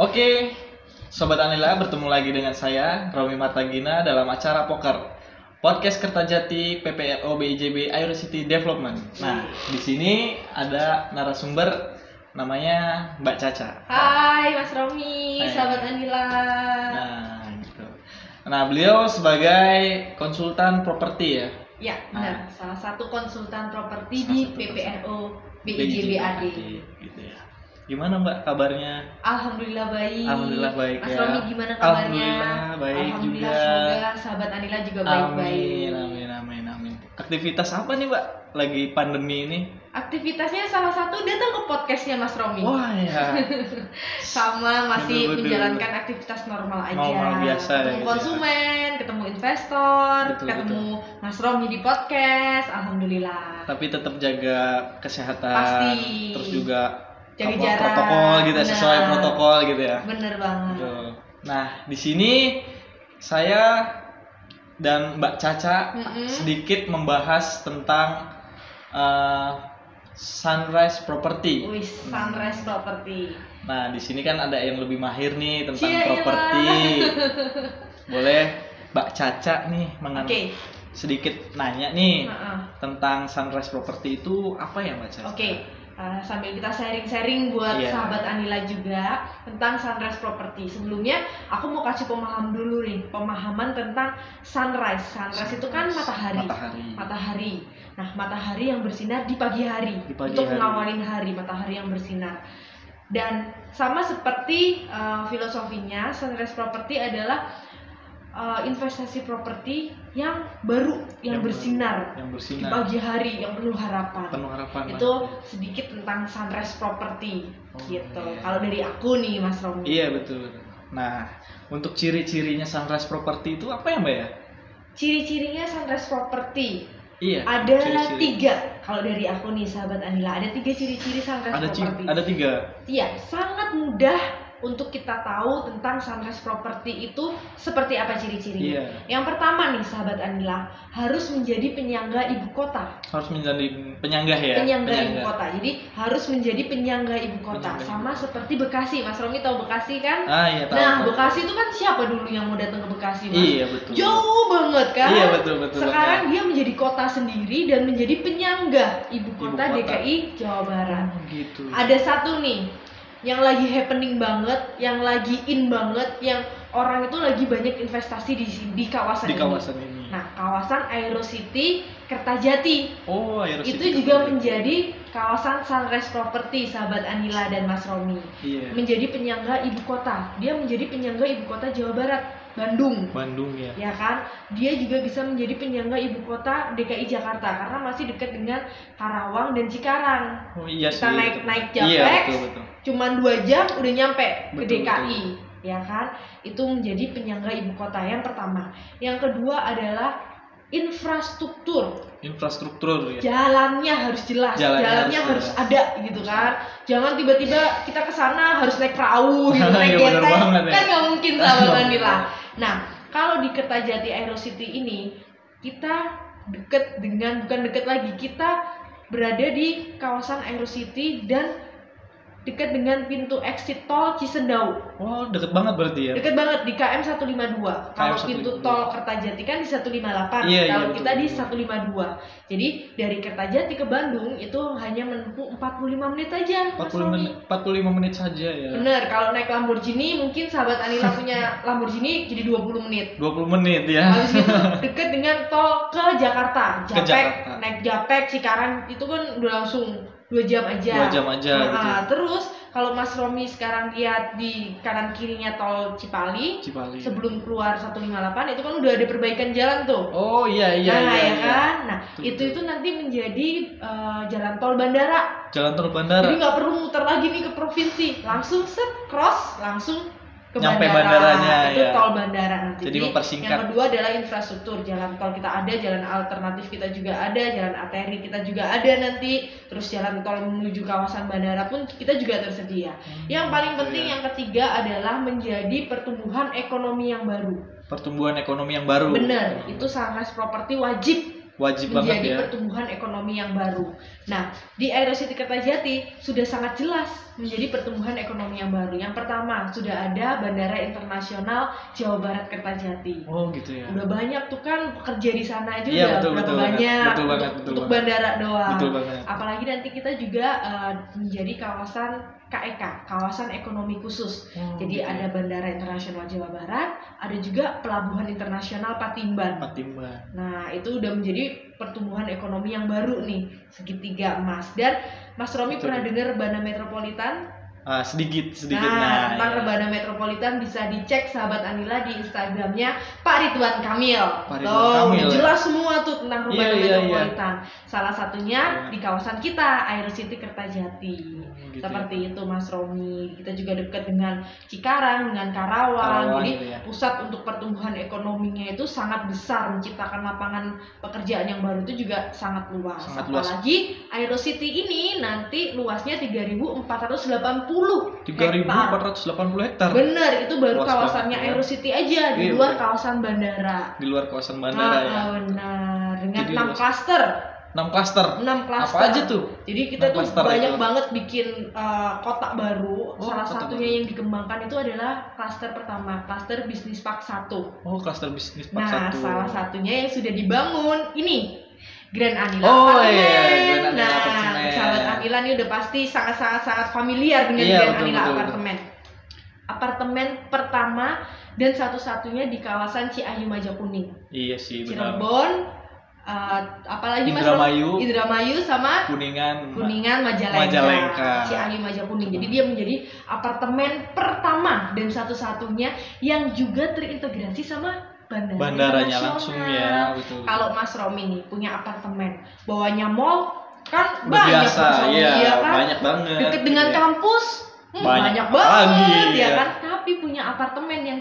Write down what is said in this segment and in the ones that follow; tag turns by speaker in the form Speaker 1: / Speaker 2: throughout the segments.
Speaker 1: Oke, Sobat Anila bertemu lagi dengan saya, Romi Martagina dalam acara Poker. Podcast Kertajati PPRO BIJB Air City Development. Nah, di sini ada narasumber namanya Mbak Caca.
Speaker 2: Hai Mas Romi,
Speaker 1: Hai.
Speaker 2: sahabat Anila.
Speaker 1: Nah, gitu. Nah, beliau sebagai konsultan properti ya.
Speaker 2: Ya, benar. Salah satu konsultan properti
Speaker 1: Salah
Speaker 2: di
Speaker 1: satu
Speaker 2: PPRO BIJBAD.
Speaker 1: gitu ya. Gimana Mbak kabarnya?
Speaker 2: Alhamdulillah baik.
Speaker 1: Alhamdulillah baik
Speaker 2: Mas
Speaker 1: ya.
Speaker 2: Romi gimana kabarnya?
Speaker 1: Alhamdulillah baik
Speaker 2: Alhamdulillah,
Speaker 1: juga.
Speaker 2: semoga sahabat Anila juga baik-baik.
Speaker 1: Amin, amin, amin, amin. Aktivitas apa nih Mbak lagi pandemi ini?
Speaker 2: Aktivitasnya salah satu datang ke podcastnya Mas Romi.
Speaker 1: Wah
Speaker 2: Iya.
Speaker 1: ya,
Speaker 2: Sama masih
Speaker 1: Bener-bener.
Speaker 2: menjalankan aktivitas normal aja.
Speaker 1: Normal biasa ya,
Speaker 2: Ketemu
Speaker 1: gitu ya.
Speaker 2: konsumen, ketemu investor,
Speaker 1: Betul,
Speaker 2: ketemu Mas Romi di podcast. Alhamdulillah.
Speaker 1: tapi tetap jaga kesehatan.
Speaker 2: Pasti.
Speaker 1: Nah, Terus juga
Speaker 2: Jaga
Speaker 1: apa,
Speaker 2: jarak.
Speaker 1: protokol gitu ya, sesuai
Speaker 2: Benar. Hmm.
Speaker 1: protokol gitu ya.
Speaker 2: Bener banget.
Speaker 1: Betul. Nah, di sini saya dan Mbak Caca
Speaker 2: Mm-mm.
Speaker 1: sedikit membahas tentang eh, sunrise property.
Speaker 2: Wis, sunrise property.
Speaker 1: Nah, di sini kan ada yang lebih mahir nih tentang
Speaker 2: Cielah.
Speaker 1: properti. Boleh Mbak Caca nih mengen-
Speaker 2: Oke,
Speaker 1: sedikit nanya nih
Speaker 2: heeh.
Speaker 1: tentang sunrise property itu apa ya Mbak Caca?
Speaker 2: oke. Eh, sambil kita sharing-sharing buat
Speaker 1: Iya.
Speaker 2: sahabat Anila juga tentang sunrise property. Sebelumnya aku mau kasih pemaham dulu nih, pemahaman tentang sunrise. Sunrise itu kan matahari.
Speaker 1: Matahari.
Speaker 2: Matahari. Nah, matahari yang bersinar di pagi hari
Speaker 1: Di pagi
Speaker 2: untuk
Speaker 1: hari.
Speaker 2: mengawalin hari, matahari yang bersinar. Dan sama seperti eh, filosofinya, sunrise property adalah eh, investasi properti yang baru,
Speaker 1: Yang
Speaker 2: yang,
Speaker 1: baru.
Speaker 2: bersinar.
Speaker 1: Yang
Speaker 2: di
Speaker 1: bersinar.
Speaker 2: pagi hari yang penuh harapan.
Speaker 1: Penuh harapan.
Speaker 2: Itu sedikit tentang sunrise property
Speaker 1: Oh,
Speaker 2: gitu.
Speaker 1: iya.
Speaker 2: Kalau dari aku nih Mas Romi,
Speaker 1: Iya betul. Nah, untuk ciri-cirinya sunrise property itu apa ya Mbak ya?
Speaker 2: ciri-cirinya sunrise property
Speaker 1: Iya.
Speaker 2: ada
Speaker 1: ciri-ciri.
Speaker 2: tiga. Kalau dari aku nih sahabat Anila, ada tiga ciri-ciri sunrise
Speaker 1: Ada ci-
Speaker 2: property.
Speaker 1: ada tiga.
Speaker 2: Iya, sangat mudah untuk kita tahu tentang sunrise property itu seperti apa ciri-cirinya.
Speaker 1: Iya.
Speaker 2: Yang pertama nih sahabat Anila, harus menjadi penyangga ibu kota.
Speaker 1: Harus menjadi penyanggah ya.
Speaker 2: penyangga, ibu kota. Jadi harus menjadi penyangga ibu kota.
Speaker 1: Penyangga ibu
Speaker 2: Sama
Speaker 1: kota.
Speaker 2: seperti Bekasi. Mas Romi tahu Bekasi kan?
Speaker 1: Ah iya tahu.
Speaker 2: nah,
Speaker 1: tahu.
Speaker 2: Bekasi itu kan siapa dulu yang mau datang ke Bekasi, Mas?
Speaker 1: Iya betul.
Speaker 2: Jauh banget kan?
Speaker 1: Iya betul betul.
Speaker 2: Sekarang dia menjadi kota sendiri dan menjadi penyangga ibu kota,
Speaker 1: kota.
Speaker 2: DKI Jawa Barat.
Speaker 1: betul. gitu.
Speaker 2: Ada satu nih yang lagi happening banget, yang lagi in banget, yang orang itu lagi banyak investasi di di kawasan
Speaker 1: di
Speaker 2: ini.
Speaker 1: kawasan ini.
Speaker 2: Nah, kawasan Aero City Kertajati
Speaker 1: oh, air
Speaker 2: itu
Speaker 1: sedikit
Speaker 2: juga
Speaker 1: lagi.
Speaker 2: menjadi kawasan sunrise property sahabat Anila dan Mas Romi
Speaker 1: Iya.
Speaker 2: menjadi penyangga ibu kota dia menjadi penyangga ibu kota Jawa Barat Bandung
Speaker 1: Bandung ya.
Speaker 2: ya kan dia juga bisa menjadi penyangga ibu kota DKI Jakarta karena masih dekat dengan Karawang dan Cikarang
Speaker 1: Oh iya
Speaker 2: Kita
Speaker 1: sih,
Speaker 2: naik-
Speaker 1: betul.
Speaker 2: naik
Speaker 1: Iya
Speaker 2: Japex.
Speaker 1: betul betul.
Speaker 2: cuman dua jam udah nyampe ke
Speaker 1: Betul,
Speaker 2: DKI ya kan itu menjadi penyangga ibu kota yang pertama yang kedua adalah infrastruktur
Speaker 1: Infrastruktur ya.
Speaker 2: jalannya harus jelas,
Speaker 1: Jalannya
Speaker 2: jalannya,
Speaker 1: harus
Speaker 2: harus,
Speaker 1: jelas.
Speaker 2: ada gitu kan. Jangan tiba-tiba kita ke sana harus naik perahu gitu,
Speaker 1: Iya,
Speaker 2: naik
Speaker 1: bener
Speaker 2: genteng.
Speaker 1: banget ya.
Speaker 2: Kan nggak mungkin sama
Speaker 1: Nggak
Speaker 2: Manila.
Speaker 1: mungkin.
Speaker 2: Nah, kalau di Kertajati Aero City ini kita deket dengan bukan deket lagi, kita berada di kawasan Aero City dan dekat dengan pintu exit tol Cisendau.
Speaker 1: Oh, deket banget berarti ya.
Speaker 2: Dekat banget di KM 152. Kalau
Speaker 1: KM
Speaker 2: pintu
Speaker 1: 152.
Speaker 2: tol Kertajati kan di
Speaker 1: Iya,
Speaker 2: 158.
Speaker 1: iya,
Speaker 2: Kalau
Speaker 1: betul,
Speaker 2: kita di
Speaker 1: betul.
Speaker 2: 152. Jadi dari Kertajati ke Bandung itu hanya menempuh 45 menit aja. Mas
Speaker 1: 40
Speaker 2: Romi.
Speaker 1: menit, 45 menit saja ya.
Speaker 2: Bener, kalau naik Lamborghini mungkin sahabat Anila punya Lamborghini jadi 20 menit.
Speaker 1: 20 menit ya.
Speaker 2: Habis itu deket dengan tol ke Jakarta.
Speaker 1: Ke
Speaker 2: Japek,
Speaker 1: Jakarta.
Speaker 2: naik Japek, Cikarang itu kan udah langsung 2 jam aja.
Speaker 1: Dua jam aja
Speaker 2: Nah,
Speaker 1: gitu.
Speaker 2: terus kalau Mas Romi sekarang lihat di kanan kirinya tol Cipali,
Speaker 1: Cipali.
Speaker 2: sebelum keluar 158 itu kan udah ada perbaikan jalan tuh.
Speaker 1: Oh iya iya
Speaker 2: nah,
Speaker 1: iya.
Speaker 2: ya
Speaker 1: iya.
Speaker 2: kan. Nah,
Speaker 1: Betul,
Speaker 2: itu
Speaker 1: betul.
Speaker 2: itu nanti menjadi eh, jalan tol bandara.
Speaker 1: Jalan tol
Speaker 2: Jadi
Speaker 1: bandara.
Speaker 2: nggak perlu muter lagi nih ke provinsi, langsung set cross langsung ke
Speaker 1: Nyampe
Speaker 2: bandara.
Speaker 1: bandaranya,
Speaker 2: itu
Speaker 1: ya.
Speaker 2: tol bandara nanti.
Speaker 1: Jadi mempersingkat.
Speaker 2: Yang kedua adalah infrastruktur, jalan tol kita ada, jalan alternatif kita juga ada, jalan arteri kita juga ada nanti. Terus jalan tol menuju kawasan bandara pun kita juga tersedia.
Speaker 1: Hmm,
Speaker 2: Yang
Speaker 1: gitu
Speaker 2: paling
Speaker 1: ya.
Speaker 2: penting yang ketiga adalah menjadi pertumbuhan ekonomi yang baru.
Speaker 1: pertumbuhan ekonomi yang baru.
Speaker 2: Bener, itu sunrise property wajib
Speaker 1: wajib banget
Speaker 2: menjadi
Speaker 1: ya.
Speaker 2: pertumbuhan ekonomi yang baru. Nah, di Aero City Kertajati sudah sangat jelas menjadi pertumbuhan ekonomi yang baru. Yang pertama, sudah ada Bandara Internasional Jawa Barat Kertajati.
Speaker 1: Oh gitu ya.
Speaker 2: Udah banyak tuh kan pekerja di sana aja
Speaker 1: Iya,
Speaker 2: udah
Speaker 1: betul,
Speaker 2: berapa
Speaker 1: betul banget.
Speaker 2: banyak
Speaker 1: Betul banget,
Speaker 2: untuk,
Speaker 1: betul
Speaker 2: untuk
Speaker 1: banget.
Speaker 2: bandara doang.
Speaker 1: Betul banget. Oh,
Speaker 2: Apalagi nanti kita juga eh, menjadi kawasan KEK, kawasan ekonomi khusus.
Speaker 1: Oh,
Speaker 2: Jadi
Speaker 1: gitu
Speaker 2: ada
Speaker 1: ya.
Speaker 2: Bandara Internasional Jawa Barat, ada juga Pelabuhan Internasional Patimban.
Speaker 1: Patimban.
Speaker 2: Nah, itu udah menjadi pertumbuhan ekonomi yang baru nih, segitiga emas. Dan Mas Romi
Speaker 1: Betul.
Speaker 2: pernah dengar Rebana Metropolitan?
Speaker 1: Ah, sedikit sedikit nah.
Speaker 2: nah, tentang
Speaker 1: ya.
Speaker 2: Rebana Metropolitan bisa dicek sahabat Anila di Instagramnya Pak Ridwan Kamil.
Speaker 1: Pak Ridwan
Speaker 2: Tuh,
Speaker 1: Kamil, ya.
Speaker 2: jelas semua tuh
Speaker 1: Iya,
Speaker 2: tentang Rebana
Speaker 1: iya, iya.
Speaker 2: Metropolitan. Salah satunya
Speaker 1: Iya.
Speaker 2: di kawasan kita, Air City Kertajati.
Speaker 1: Hmm, gitu ya.
Speaker 2: Seperti itu Mas Romi. Kita juga dekat dengan Cikarang, dengan Karawang.
Speaker 1: Karawang
Speaker 2: Jadi
Speaker 1: gitu ya.
Speaker 2: pusat untuk pertumbuhan ekonominya itu sangat besar menciptakan lapangan pekerjaan yang baru itu juga sangat luas.
Speaker 1: Sangat luas.
Speaker 2: Apalagi Aero City ini nanti luasnya 3.480 hektar.
Speaker 1: 3.480 hektar
Speaker 2: Bener, itu baru
Speaker 1: Luas
Speaker 2: kawasannya
Speaker 1: banget ya.
Speaker 2: Aero City aja di
Speaker 1: Iya,
Speaker 2: luar
Speaker 1: iya.
Speaker 2: kawasan bandara.
Speaker 1: di luar kawasan
Speaker 2: Ah,
Speaker 1: bandara ya.
Speaker 2: ah, benar. Dengan
Speaker 1: Jadi
Speaker 2: enam
Speaker 1: luas.
Speaker 2: klaster,
Speaker 1: 6 klaster. Apa
Speaker 2: 6 klaster.
Speaker 1: aja tuh?
Speaker 2: Jadi kita
Speaker 1: Enam
Speaker 2: tuh
Speaker 1: klaster
Speaker 2: banyak
Speaker 1: itu.
Speaker 2: banget bikin uh, kotak baru.
Speaker 1: Oh,
Speaker 2: Salah
Speaker 1: kotak
Speaker 2: satunya
Speaker 1: baru.
Speaker 2: yang dikembangkan itu adalah klaster pertama, klaster bisnis park 1.
Speaker 1: Oh, klaster bisnis part
Speaker 2: Nah,
Speaker 1: satu.
Speaker 2: salah satunya yang sudah dibangun ini Grand Anila
Speaker 1: Oh,
Speaker 2: Apartemen.
Speaker 1: iya, Grand Anila
Speaker 2: nah,
Speaker 1: Apartemen.
Speaker 2: sahabat Anila ini udah pasti sangat-sangat-sangat familiar dengan
Speaker 1: Iya,
Speaker 2: Grand
Speaker 1: betul,
Speaker 2: Anila
Speaker 1: betul,
Speaker 2: Apartemen. Apartemen pertama dan satu-satunya di kawasan Ciayu Majakuning,
Speaker 1: Iya sih, benar.
Speaker 2: Cirebon. eh, apalagi Mas Rom?
Speaker 1: Indramayu,
Speaker 2: Indramayu sama
Speaker 1: Kuningan,
Speaker 2: Kuningan Majalengka,
Speaker 1: Majalengka.
Speaker 2: Ciayu Majakuning. Jadi dia menjadi apartemen pertama dan satu-satunya yang juga terintegrasi sama bandara
Speaker 1: bandaranya
Speaker 2: internasional.
Speaker 1: langsung ya, betul.
Speaker 2: Kalau Mas Romi nih punya apartemen, bawahnya mall kan
Speaker 1: Udah
Speaker 2: banyak
Speaker 1: biasa,
Speaker 2: Mas Romi,
Speaker 1: iya,
Speaker 2: ya kan?
Speaker 1: banyak banget.
Speaker 2: Deket dengan
Speaker 1: gitu ya.
Speaker 2: kampus. hmm,
Speaker 1: Banyak
Speaker 2: banyak, banget
Speaker 1: lagi,
Speaker 2: ya
Speaker 1: iya.
Speaker 2: kan tapi punya apartemen yang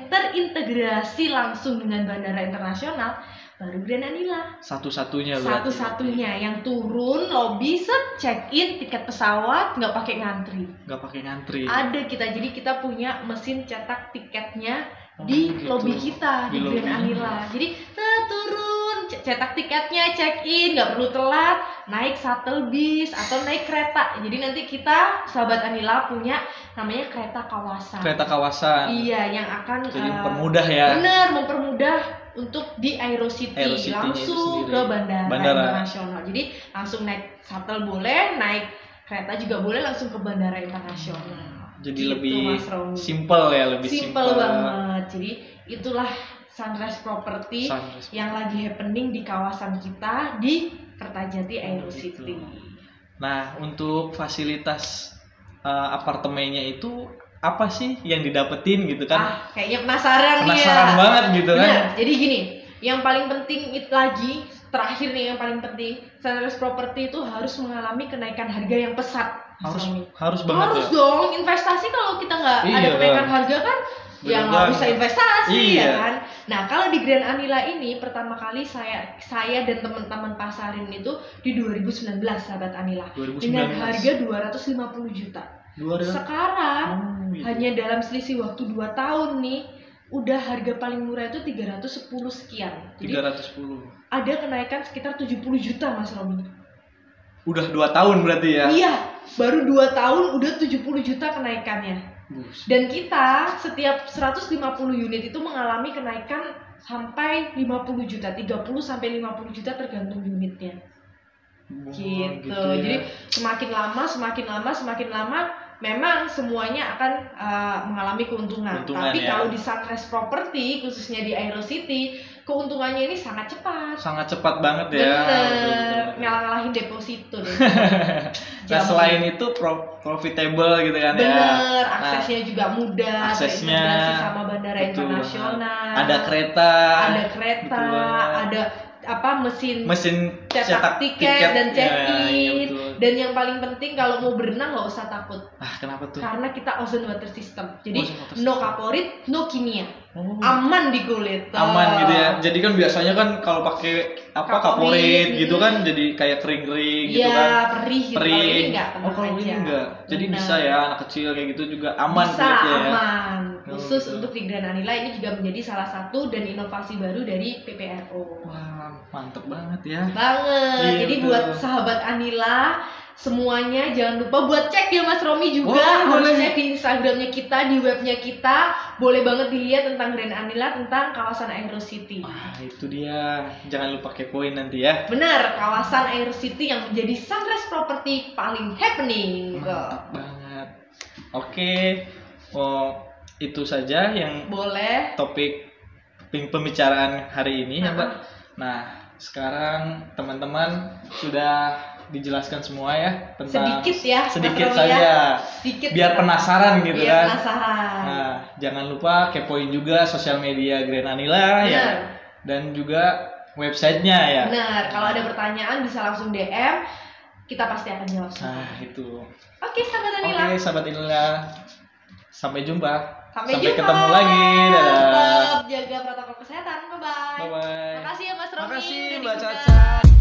Speaker 2: terintegrasi langsung dengan bandara internasional baru Grand Anila
Speaker 1: satu-satunya berarti.
Speaker 2: satu-satunya yang turun lobby set check in tiket pesawat nggak pakai ngantri
Speaker 1: nggak pakai ngantri
Speaker 2: ada kita jadi kita punya mesin cetak tiketnya
Speaker 1: Oh,
Speaker 2: di
Speaker 1: gitu.
Speaker 2: lobby kita
Speaker 1: Di
Speaker 2: di,
Speaker 1: lobbynya.
Speaker 2: Grand Anila jadi set, turun c- cetak tiketnya check in nggak perlu telat naik shuttle bis atau naik kereta jadi nanti kita sahabat Anila punya namanya kereta kawasan
Speaker 1: kereta kawasan
Speaker 2: iya yang akan
Speaker 1: jadi
Speaker 2: eh,
Speaker 1: permudah ya
Speaker 2: Bener, mempermudah untuk di Aero City,
Speaker 1: Aero City-nya itu
Speaker 2: langsung
Speaker 1: sendiri.
Speaker 2: ke bandara,
Speaker 1: Bandara.
Speaker 2: internasional. Jadi langsung naik shuttle boleh, naik kereta juga boleh langsung ke bandara internasional.
Speaker 1: jadi
Speaker 2: Gitu,
Speaker 1: lebih
Speaker 2: Mas Romi.
Speaker 1: simple ya lebih
Speaker 2: Simple banget. Jadi itulah Sunrise Property
Speaker 1: Sunrise.
Speaker 2: yang lagi happening di kawasan kita di Kertajati
Speaker 1: Oh,
Speaker 2: Aero
Speaker 1: gitu.
Speaker 2: City.
Speaker 1: nah untuk fasilitas uh, apartemennya itu apa sih yang didapetin gitu kan
Speaker 2: ah, kayaknya penasaran,
Speaker 1: penasaran
Speaker 2: nih ya.
Speaker 1: banget gitu kan
Speaker 2: Benar. Jadi gini, yang paling penting itu lagi terakhir nih yang paling penting, Sunrise Property itu harus mengalami kenaikan harga yang pesat. Mas
Speaker 1: harus
Speaker 2: Romi.
Speaker 1: harus banget
Speaker 2: harus
Speaker 1: ya
Speaker 2: dong investasi kalau kita nggak ada
Speaker 1: Iya.
Speaker 2: kenaikan harga kan
Speaker 1: Bener
Speaker 2: ya nggak
Speaker 1: banget.
Speaker 2: bisa investasi
Speaker 1: Iya.
Speaker 2: ya kan. Nah kalau di Grand Anila ini pertama kali saya saya dan teman-teman pasarin itu di 2019 sahabat Anila dengan
Speaker 1: 2019
Speaker 2: harga 250 juta.
Speaker 1: dua
Speaker 2: Sekarang
Speaker 1: Oh, iya.
Speaker 2: hanya dalam selisih waktu 2 tahun nih udah harga paling murah itu 310 sekian jadi
Speaker 1: 310
Speaker 2: ada kenaikan sekitar 70 juta mas Romi
Speaker 1: udah dua tahun berarti ya
Speaker 2: iya baru 2 tahun udah 70 juta kenaikannya
Speaker 1: Bus.
Speaker 2: dan kita setiap 150 unit itu mengalami kenaikan sampai 50 juta 30 sampai 50 juta tergantung unitnya
Speaker 1: Wah,
Speaker 2: gitu,
Speaker 1: ya.
Speaker 2: jadi semakin lama semakin lama semakin lama memang semuanya akan uh, mengalami keuntungan,
Speaker 1: Keuntungan,
Speaker 2: tapi
Speaker 1: ya.
Speaker 2: kalau di Sunrise Property khususnya di Aero City keuntungannya ini sangat cepat
Speaker 1: sangat cepat banget ya Betul, betul,
Speaker 2: bener
Speaker 1: betul.
Speaker 2: ngalah-ngalahin deposito deh
Speaker 1: Nah
Speaker 2: Jauh.
Speaker 1: selain itu pro- profitable gitu kan ya.
Speaker 2: bener aksesnya juga mudah
Speaker 1: aksesnya,
Speaker 2: terintegrasi sama
Speaker 1: betul
Speaker 2: bandara
Speaker 1: banget.
Speaker 2: internasional
Speaker 1: Ada kereta,
Speaker 2: ada kereta
Speaker 1: betul banget.
Speaker 2: ada apa mesin
Speaker 1: mesin
Speaker 2: cetak,
Speaker 1: cetak,
Speaker 2: tiket, dan
Speaker 1: Ya,
Speaker 2: check
Speaker 1: iya,
Speaker 2: in
Speaker 1: betul.
Speaker 2: dan yang paling penting kalau mau berenang nggak usah takut
Speaker 1: ah kenapa tuh?
Speaker 2: karena kita ozone water system jadi
Speaker 1: Ozone water
Speaker 2: no
Speaker 1: system.
Speaker 2: kaporit no kimia
Speaker 1: Oh,
Speaker 2: aman di kulit
Speaker 1: aman gitu ya. Jadi kan biasanya kan kalau pakai apa
Speaker 2: Kaporit,
Speaker 1: kaporit gitu
Speaker 2: mm.
Speaker 1: kan jadi kayak kering-kering
Speaker 2: Iya,
Speaker 1: gitu kan. Oh,
Speaker 2: perih gitu. Kalau ini
Speaker 1: Kering.
Speaker 2: enggak,
Speaker 1: oh kalau ini enggak. Jadi bisa ya anak kecil kayak gitu juga aman
Speaker 2: Bisa,
Speaker 1: kulitnya ya.
Speaker 2: aman. Nggak
Speaker 1: Oh,
Speaker 2: khusus
Speaker 1: gitu.
Speaker 2: untuk di Granada Nila ini juga menjadi salah satu dan inovasi baru dari PPRO.
Speaker 1: Wah, mantep banget ya.
Speaker 2: Banget.
Speaker 1: Iya,
Speaker 2: Jadi
Speaker 1: betul.
Speaker 2: buat sahabat Anila semuanya jangan lupa buat cek ya Mas Romi juga
Speaker 1: Wah,
Speaker 2: harus
Speaker 1: boleh.
Speaker 2: cek di Instagramnya kita di webnya kita boleh banget dilihat tentang Grand Anila tentang kawasan Aero City
Speaker 1: Wah, Ah, itu dia. Jangan lupa kepoin nanti ya.
Speaker 2: benar kawasan Aero City yang menjadi sunrise property paling happening
Speaker 1: Mantap banget. Oke, oh, itu saja yang
Speaker 2: boleh
Speaker 1: topik pem- pembicaraan hari ini ya,
Speaker 2: Nah.
Speaker 1: Mbak. Nah, sekarang teman-teman sudah dijelaskan semua ya tentang
Speaker 2: sedikit ya Mas
Speaker 1: sedikit
Speaker 2: Romi ya.
Speaker 1: saja
Speaker 2: sedikit
Speaker 1: biar penasaran gitu
Speaker 2: biar
Speaker 1: kan.
Speaker 2: penasaran
Speaker 1: Nah, jangan lupa kepoin juga sosial media Grenanila ya
Speaker 2: Benar.
Speaker 1: dan juga websitenya ya.
Speaker 2: Iya. Benar, kalau ada pertanyaan bisa langsung DM, kita pasti akan jawab semua.
Speaker 1: Nah, itu.
Speaker 2: Oke, sahabat
Speaker 1: Oke,
Speaker 2: Anila.
Speaker 1: sahabat Inila. Sampai jumpa.
Speaker 2: Sampai,
Speaker 1: sampai
Speaker 2: jumpa.
Speaker 1: ketemu lagi. Dadah.
Speaker 2: Tetap jaga protokol kesehatan. Bye-bye.
Speaker 1: Bye bye.
Speaker 2: Makasih ya Mas Romi.
Speaker 1: Makasih
Speaker 2: udah
Speaker 1: Mbak
Speaker 2: diundang.
Speaker 1: Caca.